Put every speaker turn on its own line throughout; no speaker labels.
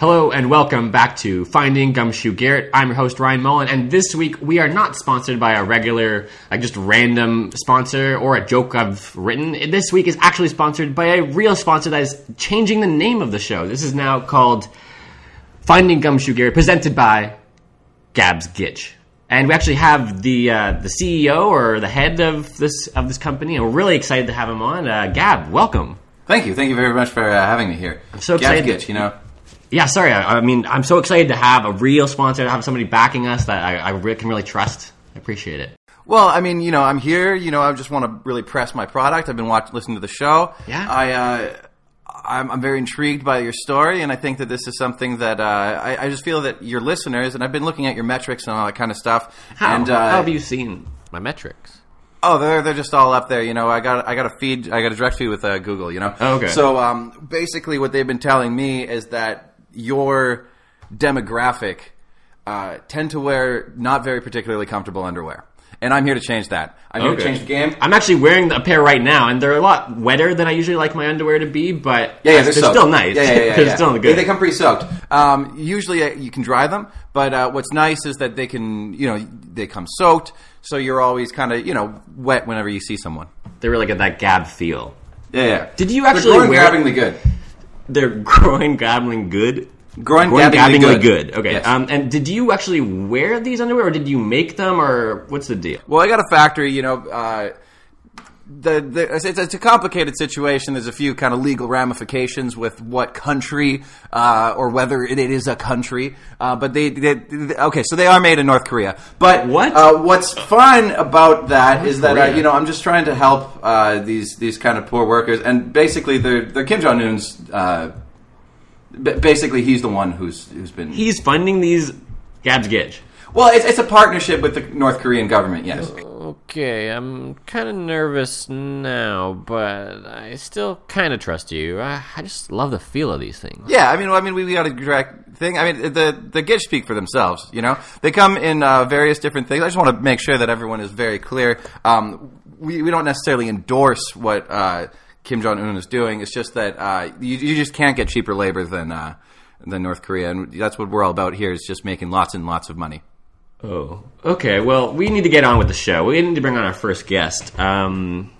Hello and welcome back to Finding Gumshoe Garrett. I'm your host Ryan Mullen, and this week we are not sponsored by a regular, like just random sponsor or a joke I've written. This week is actually sponsored by a real sponsor that is changing the name of the show. This is now called Finding Gumshoe Garrett, presented by Gabs Gitch. And we actually have the uh, the CEO or the head of this of this company, and we're really excited to have him on. Uh, Gab, welcome.
Thank you. Thank you very much for uh, having me here. I'm
so excited that-
Gitch, you know.
Yeah, sorry. I, I mean, I'm so excited to have a real sponsor, to have somebody backing us that I, I re- can really trust. I appreciate it.
Well, I mean, you know, I'm here. You know, I just want to really press my product. I've been watching, listening to the show.
Yeah.
I, uh, I'm, I'm very intrigued by your story, and I think that this is something that uh, I, I just feel that your listeners, and I've been looking at your metrics and all that kind of stuff.
How,
and, uh,
how have you seen my metrics?
Oh, they're they're just all up there. You know, I got I got a feed, I got a direct feed with uh, Google. You know,
Oh, Okay.
So um, basically, what they've been telling me is that your demographic uh, tend to wear not very particularly comfortable underwear, and I'm here to change that. I'm here to change the game.
I'm actually wearing a pair right now, and they're a lot wetter than I usually like my underwear to be, but
yeah, yeah,
they're,
they're, soaked.
still nice.
Yeah, yeah, yeah,
they're
yeah.
still
They,
good.
they come pretty soaked. Um, usually uh, you can dry them, but uh, what's nice is that they can, you know, they come soaked, so you're always kind of, you know, wet whenever you see someone.
they really get that Gab feel.
Yeah, yeah.
Did you
They're
actually
growing
wear-
grabbingly good?
They're groin gobbling good.
Groin
Groin
gabbingly
gobbingly
good.
Okay.
Yes.
Um, and did you actually wear these underwear, or did you make them, or what's the deal?
Well, I got a factory, you know. Uh, the, the, it's, it's a complicated situation. There's a few kind of legal ramifications with what country uh, or whether it, it is a country. Uh, but they, they, they- okay, so they are made in North Korea. But
What?
Uh, what's fun about that is that
Korea.
uh, you know I'm just trying to help uh, these these kind of poor workers, and basically they're they're Kim Jong Un's. Uh, ba- basically, he's the one who's who's been.
He's funding these Gab's Gitch.
well, it's, it's a partnership with the North Korean government. Yes.
Okay, I'm kind of nervous now, but I still kind of trust you. I, I just love the feel of these things.
Yeah, I mean, I mean, we, we got a direct thing. I mean, the the Gitch speak for themselves. You know, they come in uh, various different things. I just want to make sure that everyone is very clear. Um, we we don't necessarily endorse what uh, Kim Jong Un is doing. It's just that uh, you you just can't get cheaper labor than uh, than North Korea, and that's what we're all about here. Is just making lots and lots of money.
Oh, okay. Well, we need to get on with the show. We need to bring on our first guest. Um,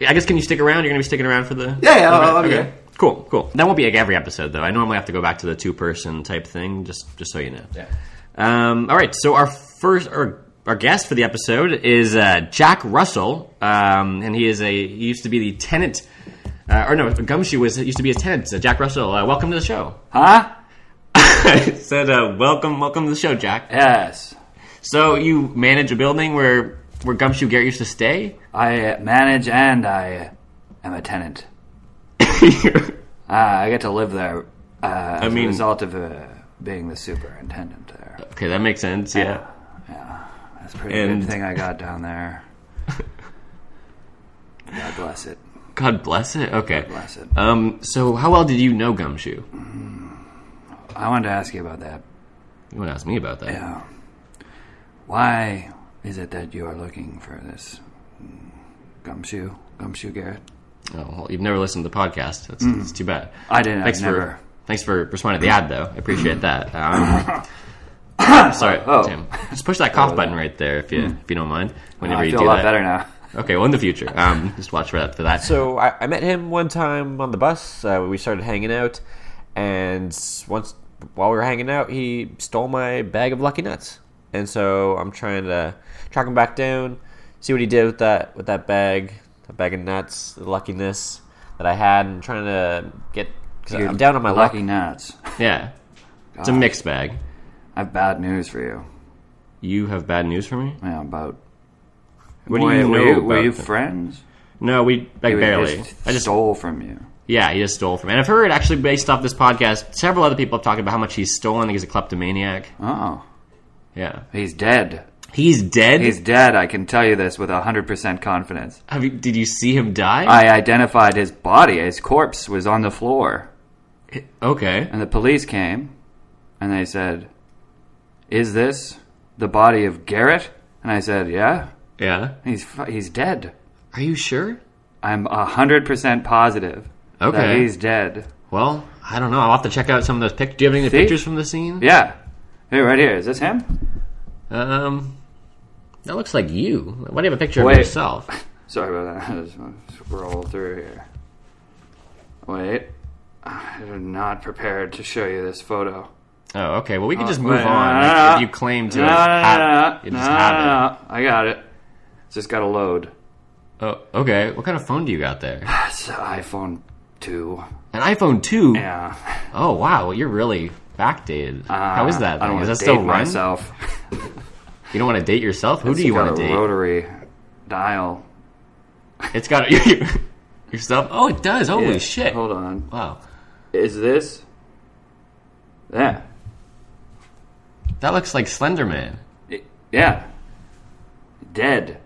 I guess can you stick around? You're going to be sticking around for the
Yeah, yeah, I'll- I'll be
okay.
here.
Cool, cool. That won't be like every episode though. I normally have to go back to the two person type thing. Just, just so you know.
Yeah.
Um, all right. So our first our, our guest for the episode is uh, Jack Russell, um, and he is a he used to be the tenant, uh, or no, Gumshoe was used to be a tenant. Uh, Jack Russell, uh, welcome to the show.
Huh?
I said, uh, welcome, welcome to the show, Jack.
Yes.
So you manage a building where where Gumshoe Garrett used to stay?
I manage and I am a tenant. uh, I get to live there uh, as
mean-
a result of uh, being the superintendent there.
Okay, that makes sense. Yeah.
That's a pretty
And-
good thing I got down there. God bless it.
God bless it. Okay.
Bless it.
Um. So how well did you know Gumshoe?
I wanted to ask you about that.
You want to ask me about that?
Yeah. Why is it that you are looking for this mm, gumshoe? Gumshoe Garrett?
Oh well, you've never listened to the podcast. That's,
Mm-hmm.
that's too bad.
I didn't.
Thanks
I've
for
never.
thanks for responding to the ad though. I appreciate that. Um, sorry,
Oh. Mm.
Tim. Just push that cough button right there if you if you don't mind. Whenever
I
you
feel
do
a lot
that.
better now.
Okay. Well, in the future, um, just watch for that for that.
So I, I met him one time on the bus. Uh, we started hanging out, and once while we were hanging out, he stole my bag of Lucky Nuts, and so I'm trying to track him back down, see what he did with that with that bag, that bag of nuts, the luckiness that I had, and trying to get. Cause
You're
I'm down on my luck.
lucky nuts.
Uh, yeah, it's a mixed bag.
I have bad news for you.
You have bad news for me.
Yeah, about
What
Wait,
do you know
were you,
about
were you
them?
friends?
No, we like
You
barely. I just
stole from you.
yeah, he just stole from. me. And I've heard actually based off this podcast, several other people have talked about how much he's stolen. Like he's a kleptomaniac.
Oh,
Yeah,
he's dead.
he's dead.
He's dead. I can tell you this with hundred percent confidence.
Have you, did you see him die?
I identified his body. His corpse was on the floor,
okay.
and the police came, and they said, "Is this the body of Garrett?" And I said, "Yeah."
Yeah.
He's fu- he's dead.
Are you sure?
I'm hundred percent positive
Okay.
that he's dead.
Well, I don't know. I'll have to check out some of those pictures. Do you have any of the
See?
pictures from the scene?
Yeah. Hey, right here. Is this him?
Um, that looks like you. Why do you have a picture
Wait.
of yourself?
Sorry about that. I just wanna scroll through here. Wait. I'm not prepared to show you this photo.
Oh, okay. Well, we can just
Uh,
move
wait,
on.
no, no,
Like,
no.
if you claim to
No, no,
have,
no,
you
no, no,
just
no,
have
no. I got it. It's just got to load.
it. Oh, okay. What kind of phone do you got there?
It's the iPhone 2.
An iPhone two.
Yeah.
Oh wow. Well, you're really backdated. How is that?
Uh, I
thing?
don't
Is that
want to
still
date
run?
myself.
You don't want to date yourself. Who do
It's
you
got
want to
a
date?
Rotary dial.
It's got a, yourself. Oh, it does. Holy
Yeah,
shit.
Hold on.
Wow.
Is this? Yeah.
That looks like Slender Man.
I- Yeah. Dead.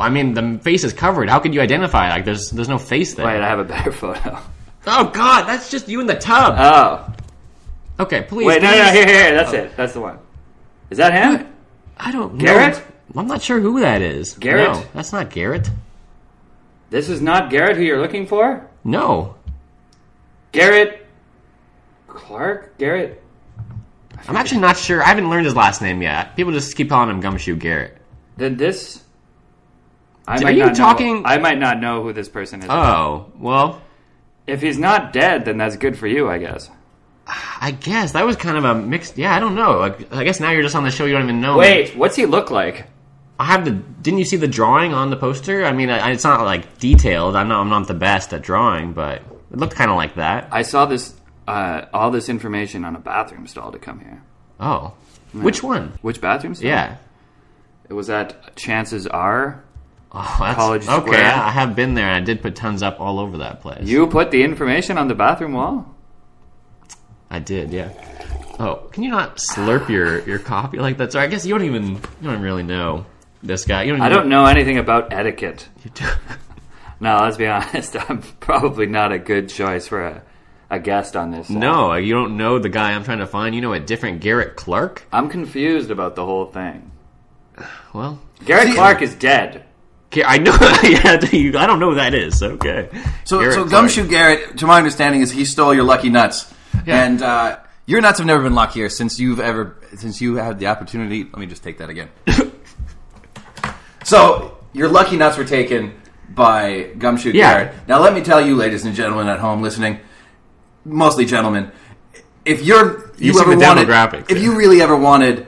I mean, the face is covered. How could you identify? Like, there's there's no face there.
Wait, I have a better photo.
Oh God, that's just you in the tub.
Oh.
okay, please.
Wait, no,
please.
no, here, here, here. That's it. That's the one. Is that him?
I don't.
Garrett?
Know. I'm not sure who that is.
Garrett?
No, that's not Garrett.
This is not Garrett who you're looking for?
No,
Garrett. Clark? Garrett?
I'm actually not sure. I haven't learned his last name yet. People just keep calling him Gumshoe Garrett.
Then this. I
Are
might
you
not know-
talking-
I might not know who this person is.
Oh well,
if he's not dead, then that's good for you, I guess.
I guess that was kind of a mixed. Yeah, I don't know. Like, I guess now you're just on the show. You don't even know.
Wait, what's he look like?
I have the. Didn't you see the drawing on the poster? I mean, I, it's not like detailed. I know I'm not the best at drawing, but it looked kind of like that.
I saw this, uh, all this information on a bathroom stall to come here.
Oh, which one?
Which bathroom stall?
Yeah.
It was at Chances Are.
Oh, that's,
College
okay.
Square.
I, I have been there. and I did put tons up all over that place.
You put the information on the bathroom wall?
I did, yeah. Oh, can you not slurp your, your coffee like that? Sorry, I guess you don't even you don't really know this guy. You don't.
I
even
don't know anything about etiquette.
You do-
No, let's be honest. I'm probably not a good choice for a, a guest on this.
no, you don't know the guy I'm trying to find. You know a different Garrett Clark.
I'm confused about the whole thing.
Well,
Garrett Clark is dead.
Ga- I know. yeah, you- I don't know who that is. Okay.
So,
Garrett
so
Clark.
Gumshoe Garrett, to my understanding, is he stole your lucky nuts,
Yeah.
and uh, your nuts have never been luckier since you've ever since you had the opportunity. Let me just take that again. so your lucky nuts were taken by Gumshoe
Yeah.
Garrett. Now let me tell you, ladies and gentlemen at home listening, mostly gentlemen, if you're you
You've seen
ever
the
wanted,
demographics,
if
yeah.
you really ever wanted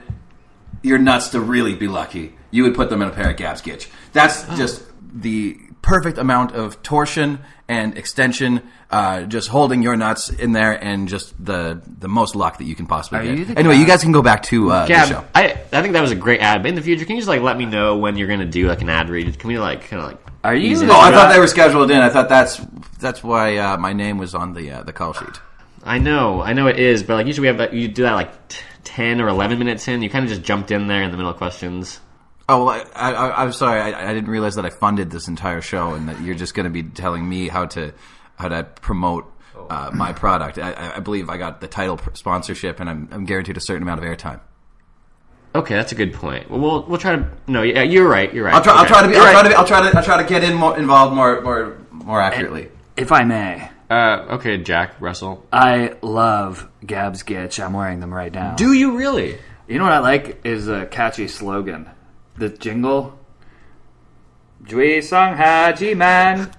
your nuts to really be lucky, you would put them in a pair of Gap Skitch. That's
Oh.
just the perfect amount of torsion and extension, uh, just holding your nuts in there, and just the the most luck that you can possibly get.
you the
anyway,
guy?
you guys can go back to uh, the show.
Gab, I I think that was a great ad. But in the future, can you just like let me know when you're gonna do like an ad read? Can we like kind of like?
Are you?
Easy.
Oh, I thought they were scheduled in. I thought that's that's why uh, my name was on the uh, the call sheet.
I know, I know it is, but like usually we have that. You do that like t- ten or eleven minutes in. You kind of just jumped in there in the middle of questions.
Oh, well, I, I, I'm sorry. I, I didn't realize that I funded this entire show, and that you're just going to be telling me how to how to promote uh, my product. I- I, I believe I got the title pr- sponsorship, and I'm, I'm guaranteed a certain amount of airtime.
Okay, that's a good point. Well, we'll, we'll try to. No, yeah, you're right. You're right.
I'll try. I'll
Okay.
try to be.
You're
I'll try
right.
to. Be, I'll try to. I'll try to get in more involved more more more accurately.
If I may,
Uh, okay, Jack Russell.
I love Gab's Gitch. I'm wearing them right now.
Do you really?
You know what I like is a catchy slogan. The jingle. Jui sang ha ji man,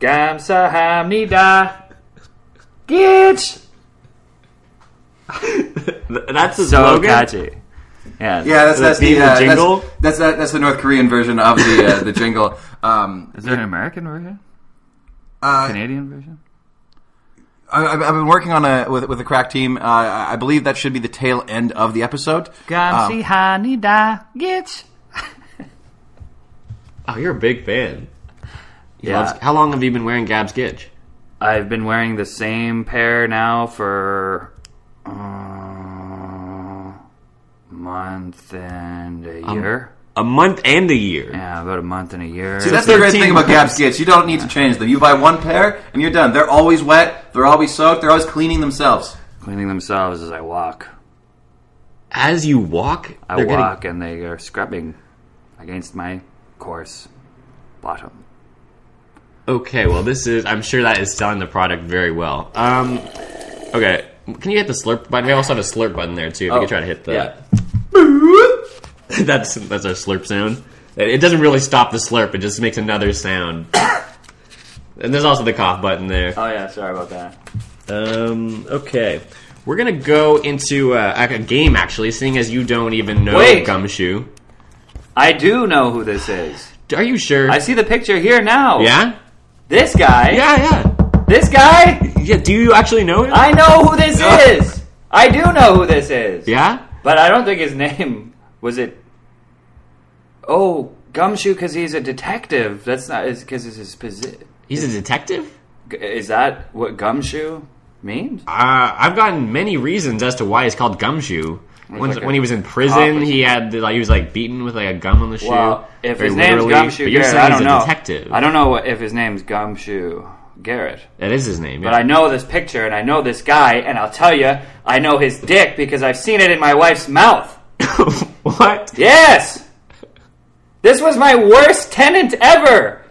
gam sa ham ni da. Gitch!
That's a
So
slogan.
catchy. Yeah.
Yeah, that's that's the,
being the
uh,
jingle?
That's, that's that, that's the North Korean version of the uh, the jingle. Um,
Is there an American version?
uh,
Canadian version?
I, I've I've been working on a with with a crack team. Uh, I I believe that should be the tail end of the episode.
Gam si ha ni da. Gitch!
Oh, you're a big fan. He
Yeah.
loves- how long have you been wearing Gab's Gitch?
I've been wearing the same pair now for. Uh, month and a year.
A month and a year.
yeah, about a month and a year.
See, that's the great
13
thing about Gap Skits. You don't need to change them. You buy one pair and you're done. They're always wet. They're always soaked. They're always cleaning themselves.
cleaning themselves as I walk.
As you walk,
I
they're getting-
walk and they are scrubbing against my coarse bottom.
Okay, well, this is. I'm sure that is selling the product very well. Um, okay, can you hit the slurp button? We also have a slurp button there too. If you
Oh,
can try to hit the.
yeah.
that's that's our slurp sound. It, it doesn't really stop the slurp. It just makes another sound. and there's also the cough button there.
Oh yeah, sorry about that.
Um, okay. We're gonna go into uh, a a game actually, seeing as you don't even know
Wait.
Gumshoe.
I do know who this is.
Are you sure?
I see the picture here now.
yeah?
This guy.
Yeah,
This guy.
yeah. Yeah, do you actually know him?
I know who this is. I do know who this is.
yeah?
But I don't think his name was it. Oh, Gumshoe, because he's a detective. That's not because it's his position.
He's a detective?
Is that what Gumshoe means?
Uh, I've gotten many reasons as to why he's called Gumshoe. Once,
like a
when he was in
cop
prison,
or
he had like he was like beaten with like a gum on the shoe.
Well, if
very
his name's
literally.
Gumshoe
but you're
Garrett,
saying
I don't
he's a
know.
detective.
I don't know what- if his name's Gumshoe Garrett,
That is his name.
but I know this picture and I know this guy, and I'll tell you, I know his dick because I've seen it in my wife's mouth.
I what?
Yes, this was my worst tenant ever.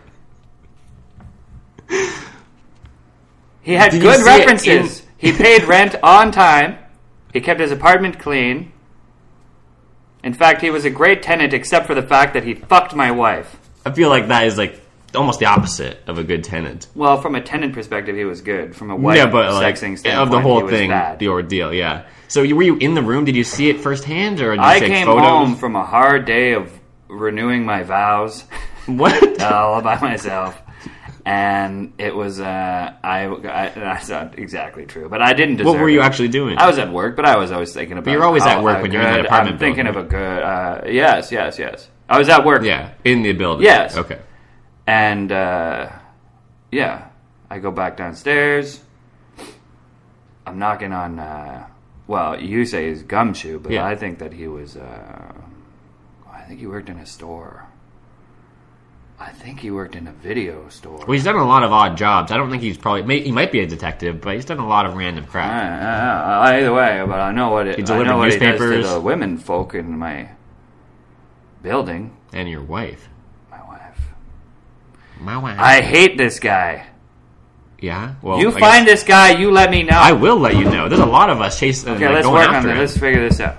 He had
Did you
good
see it
references.
in-
He paid rent on time. He kept his apartment clean. In fact, he was a great tenant except for the fact that he fucked my wife.
I feel like that is like almost the opposite of a good tenant.
Well, from a tenant perspective, he was good. From a white
yeah, but like
sexing standpoint,
of the
he
whole
was
thing,
bad.
the ordeal. Yeah. So you, were you in the room? Did you see it firsthand, or did you
I
take
came
photos?
home from a hard day of renewing my vows
What?
Oh, all by myself, and it was uh, I, I that's not exactly true, but I didn't. Deserve
what were you
it.
actually doing?
I was at work, but I was always thinking about.
you're always
how-
at work
how
when you're in that
good-
apartment
I'm thinking
building.
of a good. Uh, yes, yes, yes. I was at work.
yeah, in the building.
Yes.
Okay.
And uh, yeah, I go back downstairs. I'm knocking on. Uh, well, you say he's gumshoe, but
Yeah.
I think that he was. Uh, I think he worked in a store. I think he worked in a video store.
Well, he's done a lot of odd jobs. I don't think he's probably may, he might be a detective, but he's done a lot of random
I-
crap.
I- I- either way, but I know what it.
He
I
delivered
know what he does
newspapers.
to the women folk in my building.
And your wife,
My wife.
my wife.
I hate this guy.
yeah. Well,
you
Oh, I guess-
find this guy, you let me know.
I will let you know. There's a lot of us chasing.
okay,
like,
let's
going
work on
after
this.
him.
Let's figure this out.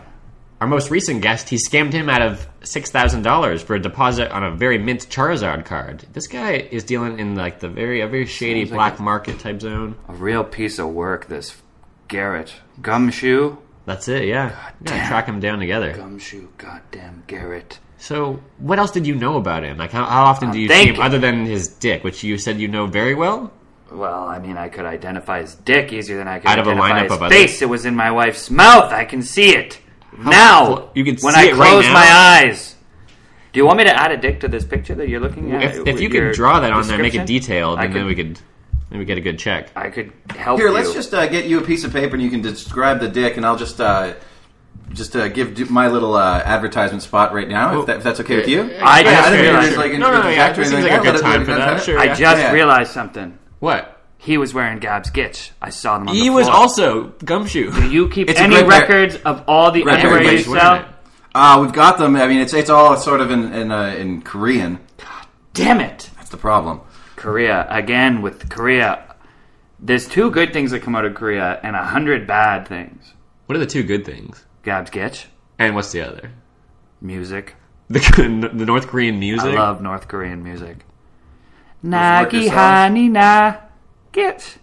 Our most recent guest, he scammed him out of six thousand dollars for a deposit on a very mint Charizard card. This guy is dealing in like the very a very shady
Sounds like
black
it's-
market type zone.
A real piece of work, this Garrett. Gumshoe?
That's it, yeah. We gotta
damn.
track him down together.
Gumshoe, goddamn Garrett.
So, what else did you know about him? Like, how, how often do you see
thinking.
him other than his dick, which you said you know very well?
Well, I mean, I could identify his dick easier than I could
Out of a
identify
lineup
his
of others.
face. It was in my wife's mouth. I can see it.
cl-
now!
you can
When
see
I
it right
close
now?
my eyes. Do you want me to add a dick to this picture that you're looking at?
If, if you
Your
could draw that on there, make it
description?
detailed,
I
and then
could-
we could then we get a good check.
I could help
Here,
you.
let's just uh, get you a piece of paper and you can describe the dick, and I'll just uh, just uh, give d- my little uh, advertisement spot right now,
Oh.
if, that, if that's okay with you.
I just
didn't
realized-
realize, like,
no, no, no,
introduce
yeah,
actor
this
and
seems like
then
a
go,
good
let it-
time
let
for
it-
that. Sure.
I
yeah.
just
Yeah.
realized something.
What?
He was wearing Gob's Gitch. I saw them on the
He was
floor.
also Gumshoe.
Do you keep
It's a
any
great pair.
records of all the
Great pair.
underwear you
Everybody's
wearing
sell?
it.
Uh, we've got them. I mean, it's it's all sort of in in, uh, in Korean.
Damn it!
That's the problem.
Korea again with Korea. There's two good things that come out of Korea and a hundred bad things.
What are the two good things?
Gob's Gitch,
And what's the other?
music.
The, the North Korean music.
I love North Korean music.
Marcus
Nagi
songs?
hani na git.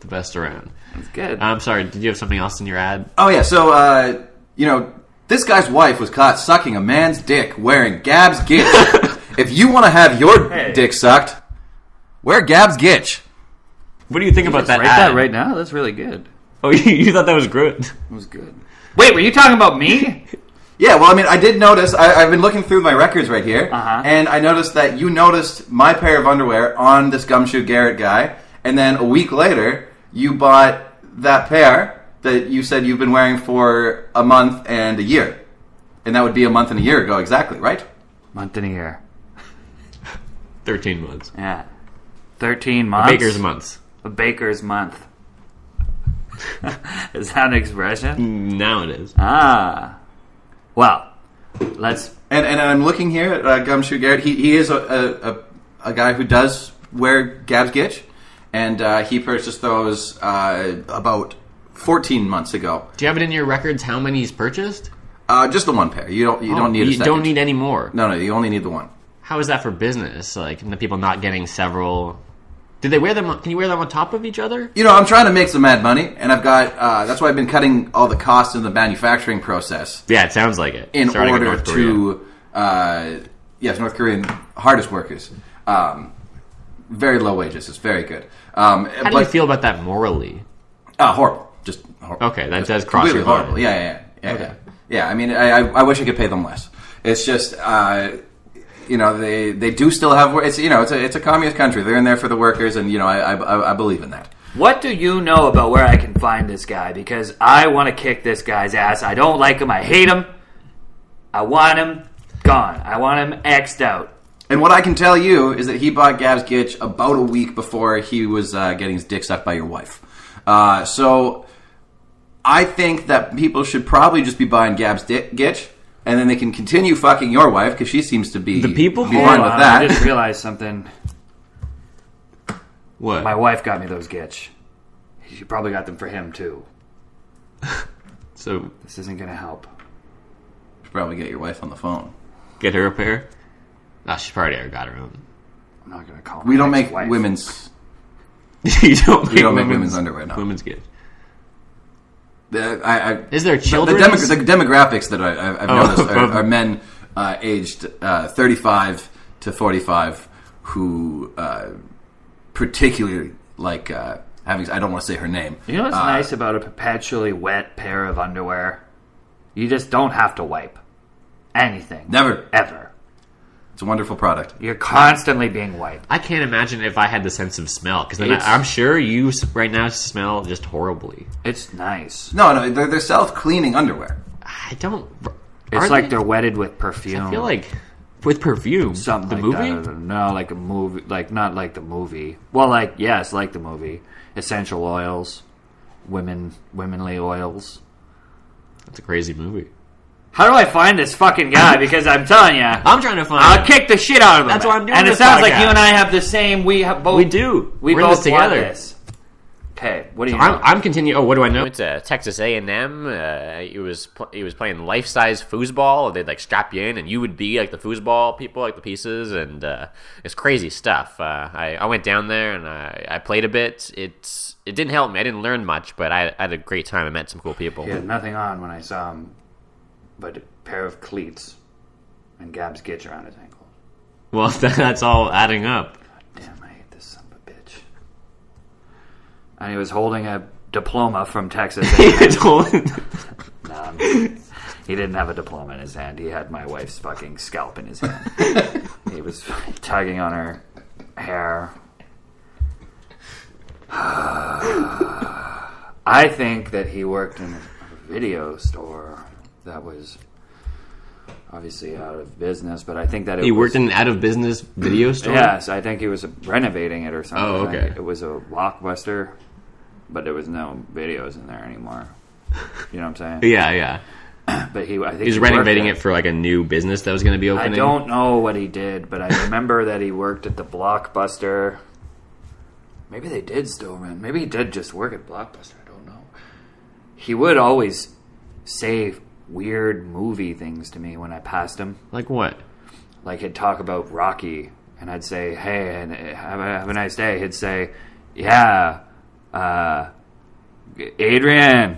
the best around.
It's good.
I'm sorry. Did you have something else in your ad?
Oh yeah, so uh, you know this guy's wife was caught sucking a man's dick wearing Gab's Gitch. if you want to have your
Hey.
dick sucked, wear Gab's Gitch.
What do you think about
Just
that?
write
ad?
that right now. That's really good.
Oh, you, you thought that was good.
It was good. Wait, were you talking about me?
Yeah, well, I mean, I did notice. I, I've been looking through my records right here,
Uh-huh.
and I noticed that you noticed my pair of underwear on this Gumshoe Garrett guy, and then a week later, you bought that pair that you said you've been wearing for a month and a year, and that would be a month and a year ago exactly, right?
Month and a year.
Thirteen months.
Yeah. Thirteen months.
Baker's months.
A baker's month. Is that an expression?
Now it is.
Ah. Well, let's.
And and I'm looking here at uh, Gumshoe Garrett. He he is a, a, a a guy who does wear Gab's Gitch, and uh, he purchased those uh, about 14 months ago.
Do you have it in your records how many he's purchased?
Uh, just the one pair. You don't. You don't need. A
Oh, You
second.
don't need any more.
No, no. You only need the one.
How is that for business? Like and the people not getting several. Do they wear them? on- Can you wear them on top of each other?
You know, I'm trying to make some mad money, and I've got. Uh, that's why I've been cutting all the costs in the manufacturing process.
Yeah, it sounds like it.
in
Starting
order
North Korea.
to uh, yes, North Korean hardest workers. Um, very low wages. It's very good. Um,
How do you feel about that morally?
Uh, horrible. Just horrible.
Okay, that
Just
does cross
completely
your mind.
horrible. Yeah, yeah, yeah. Yeah, yeah. Yeah, I mean, I, I, I wish I could pay them less. It's just. Uh, you know they, they do still have it's you know it's a it's a communist country they're in there for the workers and you know I I, I believe in that
What do you know about where I can find this guy? Because I want to kick this guy's ass. I don't like him. I hate him. I want him gone. I want him X'd out.
and what I can tell you is that he bought Gab's Gitch about a week before he was uh, getting his dick sucked by your wife uh, so I think that people should probably just be buying Gab's di- Gitch and then they can continue fucking your wife because she seems to be
The people
be
can-
fine
Hold
with
on,
that
Oh, I just realized something.
What?
My wife got me those gitch. She probably got them for him too.
so
This isn't gonna help.
should probably get your wife on the phone.
get her a pair. Ah, she probably already got her own.
I'm not gonna call.
We
my
don't
wife's
make
wife.
women's.
you don't make,
We don't make
women's,
women's underwear. No,
women's good.
the, I, I,
Is there
the,
children?
demog- the demographics that I, I've- I've
Oh.
noticed are, are men uh, aged uh, 35 to 45 who uh, particularly like uh, having. I don't want to say her name.
You know what's
uh,
nice about a perpetually wet pair of underwear? You just don't have to wipe anything.
Never.
Ever.
It's a wonderful product.
You're constantly being wiped.
I can't imagine if I had the sense of smell because then
It's-
I, I'm sure you s- right now smell just horribly.
It's nice.
No, no, they're, they're self cleaning underwear.
I don't.
It's
are
like
they,
they? are wedded with perfume.
I feel like uh, with perfume,
something
the
like
movie.
that. I don't know. No, like a movie, like not like the movie. Well, like yes, like the movie. Essential oils, women, womenly oils.
That's a crazy movie.
How do I find this fucking guy? Because I'm telling you,
I'm trying to find.
I'll kick the shit out of him.
That's why I'm doing
And it
this
sounds like
podcast.
you and I have the same. We have both.
we do.
We
We're in
both
this together.
want this. Okay, what do you?
I'm,
know?
I'm continuing. Oh, what do I know?
went to Texas A and M. Uh, he was pl- he was playing life size foosball. They'd like strap you in, and you would be like the foosball people, like the pieces, and uh, it's crazy stuff. Uh, I, I went down there and I, I played a bit. It's it didn't help me. I didn't learn much, but I, I had a great time. I met some cool people.
He had nothing on when I saw him, but a pair of cleats and Gab's gitch around his ankle.
Well, that's all adding up.
Damn, I hate this son of a bitch. And he was holding a diploma from Texas. Um, he didn't have a diploma in his hand. He had my wife's fucking scalp in his hand. he was tugging on her hair. I think that he worked in a video store that was obviously out of business, but I think that it
he
was,
worked in an out of business video store.
Yes, I think he was renovating it or something.
Oh, okay.
It was a blockbuster, but there was no videos in there anymore. You know what I'm saying?
yeah, yeah.
But he, I think
He was
worked
renovating
at-
it for like a new business that was going to be
I
opening.
don't know what he did, but I remember that he worked at the Blockbuster. Maybe they did still rent. Maybe he did just work at Blockbuster. I don't know. He would always say weird movie things to me when I passed him.
like what?
like he'd talk about Rocky, and I'd say, "Hey, and uh, have a, have a nice day." He'd say, "Yeah, uh, Adrian."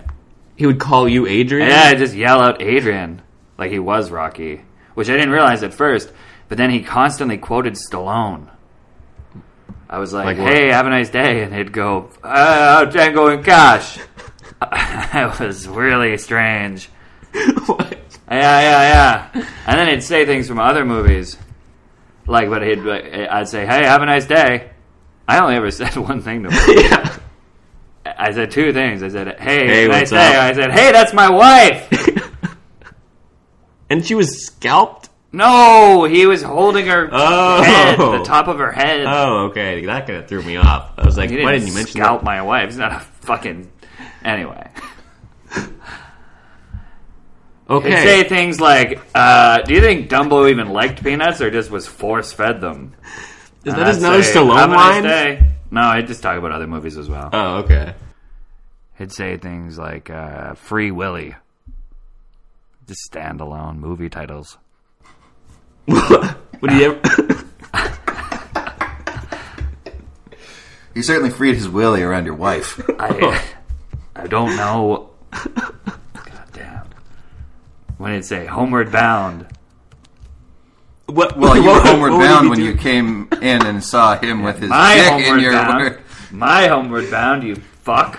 He would call you Adrian.
Yeah, I just yell out Adrian like he was Rocky, which I didn't realize at first. But then he constantly quoted Stallone. I was like,
Like what?
"Hey, have a nice day," and he'd go, uh, "Django and Cash." it was really strange.
What?
Yeah, yeah, yeah. And then he'd say things from other movies, like, but he'd like, I'd say, "Hey, have a nice day." I only ever said one thing to him.
yeah.
I said two things. I said, "Hey,
Hey, what's
nice day."
up?
I said, "Hey, that's my wife."
And she was scalped.
no, he was holding her
Oh.
head, the top of her head.
Oh, okay. That kind of threw me off. I was like,
he
why
didn't
didn't you mention
scalp
that?
my wife. He's not a fucking. Anyway, he'd
Okay.
say things like, uh, "Do you think Dumbo even liked peanuts, or just was force fed them?"
Is
And
that his
I'd
another
say,
Stallone
"Have a nice
line?
day." No, I just talk about other movies as well.
Oh, okay.
He'd say things like uh, "Free Willy," just standalone movie titles.
Would he ever?
He certainly freed his willy around your wife.
I, I don't know. God damn. When it say "Homeward Bound,"
what?
Well, you were
what-
homeward
what would
bound
he
when
do?
you came in and saw him with his
my
dick in
homeward
your
bound,
word.
my homeward bound, you fuck.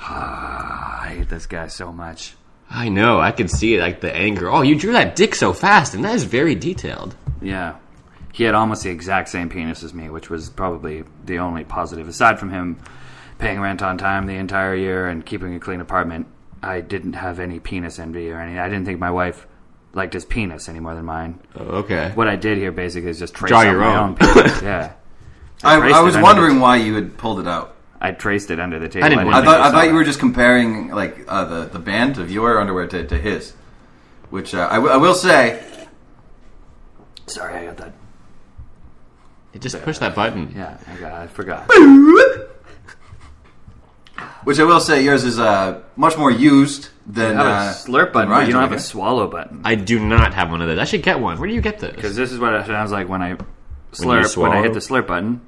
Ah, I hate this guy so much.
I know. I can see it, like the anger. Oh, you drew that dick so fast, and that is very detailed.
Yeah. He had almost the exact same penis as me, which was probably the only positive. Aside from him paying rent on time the entire year and keeping a clean apartment, I didn't have any penis envy or any. I didn't think my wife liked his penis any more than mine.
Oh, okay.
What I did here basically is just trace
Draw
out
your
my
own.
own penis. yeah.
I,
Christ,
I was
I
wondering why you had pulled it out.
I traced it under the table.
I didn't
I
think
thought
think
I thought
saw
you were
it.
just comparing like uh, the the band of your underwear to, to his, which uh, I, w- I will say
Sorry, I got that.
It just pushed that button.
Yeah, I, got, I forgot.
Which I will say, yours is uh, much more used than
I
uh,
have a slurp
than
button, but
Ryan's,
you don't
I
have a
guess.
swallow button.
I do not have one of those. I should get one. Where do you get
Because
those?
this is what it sounds like when I slurp, when, I
swallow?
hit the slurp button.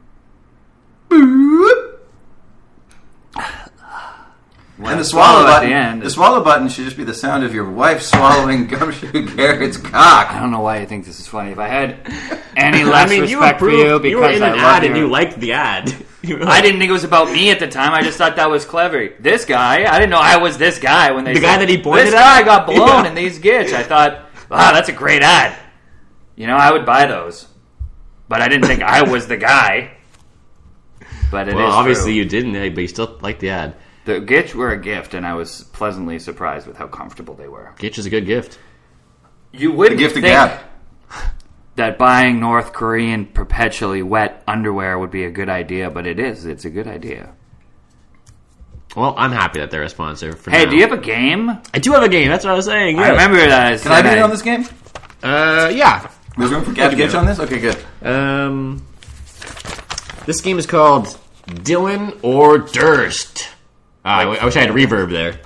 And the swallow
uh, at
button.
the end.
the swallow button should just be the sound of your wife swallowing Gumshoe Garrett's
I
cock.
don't know why you think this is funny. If I had any
I
less
mean, you
respect
approved.
for you because
were in
I
an
love
ad and
your-
you liked the ad. You were
I
like,
didn't think it was about me at the time. I just thought that was clever. This guy, I didn't know I was this guy when they
The guy
said,
that he pointed
This
at?"
guy got blown
Yeah.
in these gifts. I thought, wow, that's a great ad. You know, I would buy those, but I didn't think I was the guy. But it is
Well, obviously
true.
you didn't, eh, but you still liked the ad.
The gifts were a gift, and I was pleasantly surprised with how comfortable they were.
Gitch is a good gift.
You would
The gift of
think
gab.
that buying North Korean perpetually wet underwear would be a good idea, but it is. It's a good idea.
Well, I'm happy that they're a sponsor. For
Hey,
now.
do you have a game?
I do have a game. That's what I was saying.
I
yeah.
remember that.
Can I be in on this game?
Uh, yeah.
There's room for Gab Gitch on this. Okay, good.
Um, this game is called Dylan or Durst. Ah, I, w- I wish I had reverb there.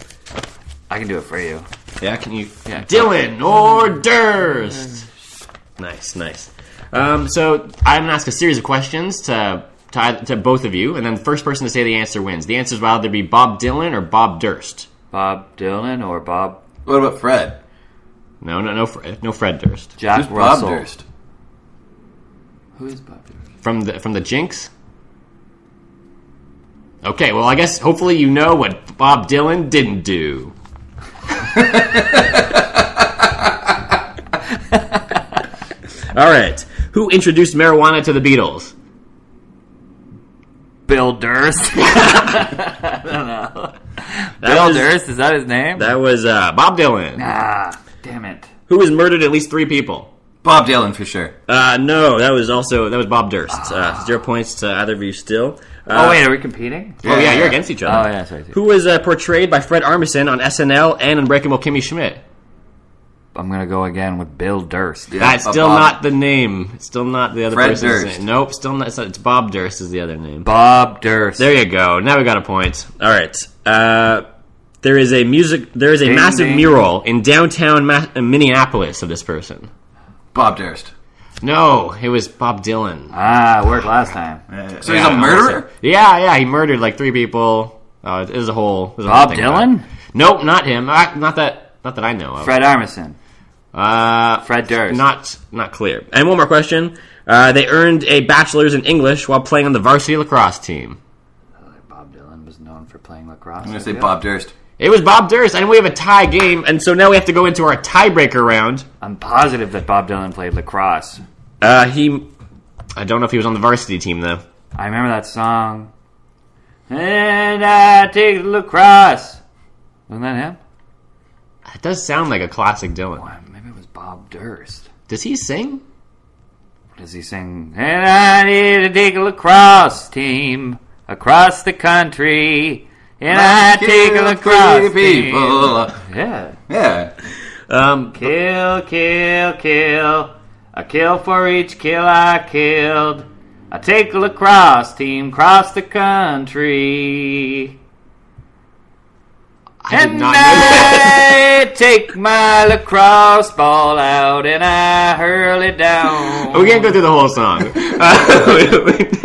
I can do it for you.
Yeah, can you?
Yeah.
Dylan or Durst. Nice, nice. Um, so I'm gonna ask a series of questions to, to to both of you, and then the first person to say the answer wins. The answers will either be Bob Dylan or Bob Durst.
Bob Dylan or Bob
What about Fred?
No, no, no, Fred, no Fred Durst
Jack
Who's Bob
Russell?
Durst?
Who is Bob Durst?
from the from the Jinx. Okay, well, I guess hopefully you know what Bob Dylan didn't do. All right, who introduced marijuana to the Beatles?
Bill Durst.
That
Bill
was-
Durst is that his name?
That was uh, Bob Dylan.
ah, damn it.
Who has murdered at least three people?
Bob Dylan for sure.
Oh,
Uh, no, that was also that was Bob Durst. Uh, zero points to either of you still. Uh,
oh wait, are we competing?
oh yeah, you're against each
Oh
other.
yeah, sorry.
Who was uh, portrayed by Fred Armisen on SNL and Unbreakable Kimmy Schmidt?
I'm gonna go again with Bill Durst.
Yeah,
That's
Bob-
still
Bob-
not the name. It's still not the other
Fred
person's
Durst.
name. Nope, still not. It's, it's Bob Durst is the other name.
Bob Durst.
There you go. Now we got a point. All right. Uh, there is a music. There is a
Ding,
massive
ding.
mural in downtown Ma- Minneapolis of this person.
Bob Durst.
No, it was Bob Dylan.
Ah, it worked last time.
So he's a murderer.
Yeah, yeah, he murdered like three people. Uh, it was a whole. it was a whole
Bob
thing about it.
Dylan?
Nope, not him. I, not that. Not that I know of.
Fred Armisen.
Uh,
Fred Durst.
Not not clear. And one more question. Uh, they earned a bachelor's in English while playing on the varsity lacrosse team.
Bob Dylan was known for playing lacrosse.
I'm gonna say Bob Durst.
It was Bob Durst, and we have a tie game, and so now we have to go into our tiebreaker round.
I'm positive that Bob Dylan played lacrosse.
Uh, he, I don't know if he was on the varsity team though.
I remember that song. And I take lacrosse. Wasn't that him?
That does sound like a classic Dylan.
Well, maybe it was Bob Durst.
Does he sing?
Does he sing? And I need to take a lacrosse team across the country. And I take a lacrosse team.
people.
Yeah.
Yeah.
Um,
Kill, kill, kill. A kill for each kill I killed. I take a lacrosse team cross the country.
I did
And
not know that.
I take my lacrosse ball out and I hurl it down.
we can't go through the whole song.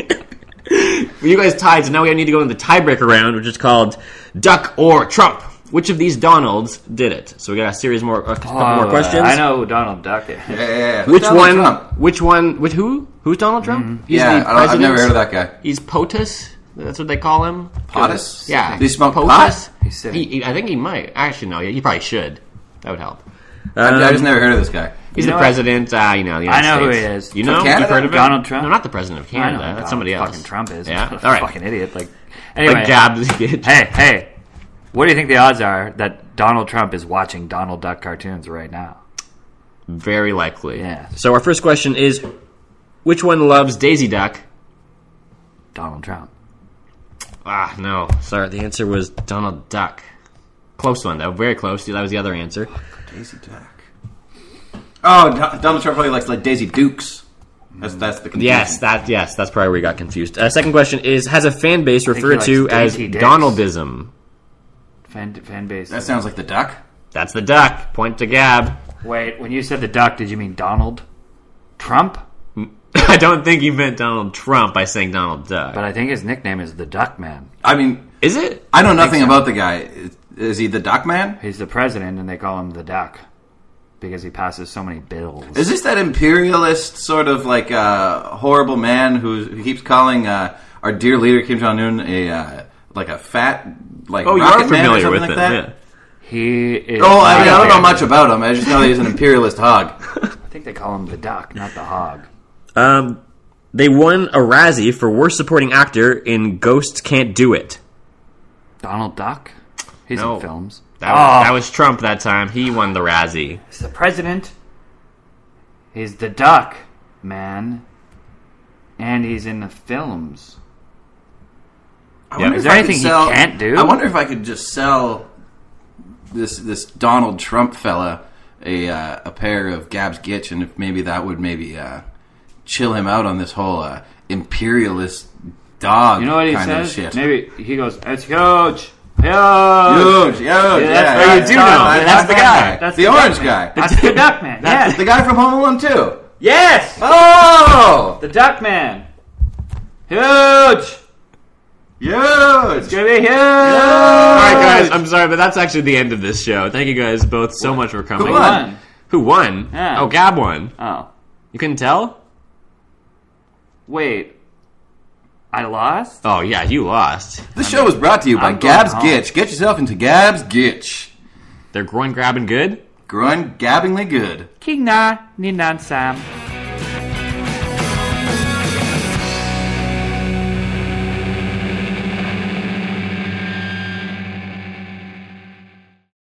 Uh, you guys tied, so now we need to go into the tiebreaker round, which is called Duck or Trump. Which of these Donalds did it? So we got a series more, a couple more
Uh,
questions.
I know who Donald Duck is.
Yeah,
Which
Donald
one?
Trump. Mm-hmm.
Which one? Which who? Who's Donald Trump? He's
Yeah, I don't, I've never heard of
president.
that guy.
He's POTUS. That's what they call him.
Potus?
Yeah.
Does he smoke
POTUS?
pot?
He's sitting.
He, he- I think he might. Actually, no. Yeah, he probably should. That would help.
I've, I've
Um,
Uh, just never heard of this guy.
He's the
You know what?
president. Uh, you know, the United
I know who
States.
he is.
You
From
know,
Canada?
you've heard of him?
Donald Trump?
No, not the president of
I know
Canada.
who
That's
Donald
somebody else.
Fucking Trump is.
Yeah.
What a
All right.
Fucking idiot. Like. Anyway.
Like jab the bitch.
Hey, hey. What do you think the odds are that Donald Trump is watching Donald Duck cartoons right now?
Very likely.
Yeah.
So our first question is, which one loves Daisy Duck?
Donald Trump.
Ah, no. Sorry, the answer was Donald Duck. Close one though. Very close. That was the other answer.
Daisy Duck. Oh, Don- Donald Trump probably likes like Daisy Dukes. That's that's the confusion.
Yes, that yes, that's probably where we got confused. Uh, second question is: Has a fan base
he
referred
likes
to as
dainty dicks.
Donaldism?
Fan, fan base.
That sounds like the duck.
That's the duck. Point to Gab.
Wait, when you said the duck, did you mean Donald Trump?
I don't think you meant Donald Trump by saying Donald Duck.
But I think his nickname is the Duck Man.
I mean,
is it?
I know nothing about the guy. Is, is he the duck man?
He's the president, and they call him the Duck because he passes so many bills.
Is this that imperialist sort of like uh, horrible man who, who keeps calling uh, our dear leader Kim Jong Un a uh, like a fat like
Oh, you
rocket
are
man or
familiar
something
with
like
it.
that?
yeah.
He is.
Oh, I, mean, I don't know
Okay.
much about him. I just know that he's an imperialist hog.
I think they call him the Duck, not the Hog.
Um, they won a Razzie for worst supporting actor in Ghosts Can't Do It.
Donald Duck. He's
No.
in films.
That was,
Ah.
Oh.
that was Trump that time. He won the Razzie.
He's the president. He's the Duck Man, and he's in the films.
I wonder
Is
if
there
I could
anything he
sell-
can't do?
I wonder if I could just sell this this Donald Trump fella a uh, a pair of Gab's Gitch, and if maybe that would maybe uh, chill him out on this whole uh, imperialist dog.
You know what he
kind
says?
Of shit.
Maybe he goes, "It's huge, huge." huge.
Huge, huge,
that's
yeah,
right,
yeah,
you do
yeah,
know.
yeah,
That's the guy.
that
That's
the,
the
orange
guy.
guy,
That's the Duckman.
That's
Yes.
the guy from Home Alone too.
yes.
Oh,
The Duckman. Huge.
huge!
Gonna be huge.
All right, guys. I'm sorry, but that's actually the end of this show. Thank you guys both so much for coming.
Who
Come
won?
on.
Who won?
Yeah.
Oh, Gab won.
Oh,
You couldn't tell?
wait. I lost.
Oh yeah, you lost.
This show was brought to you by
I'm going
Gab's
home.
Gitch. Get yourself into Gab's Gitch.
They're groin grabbing good.
Growing gabbingly good.
King na ni nan sam.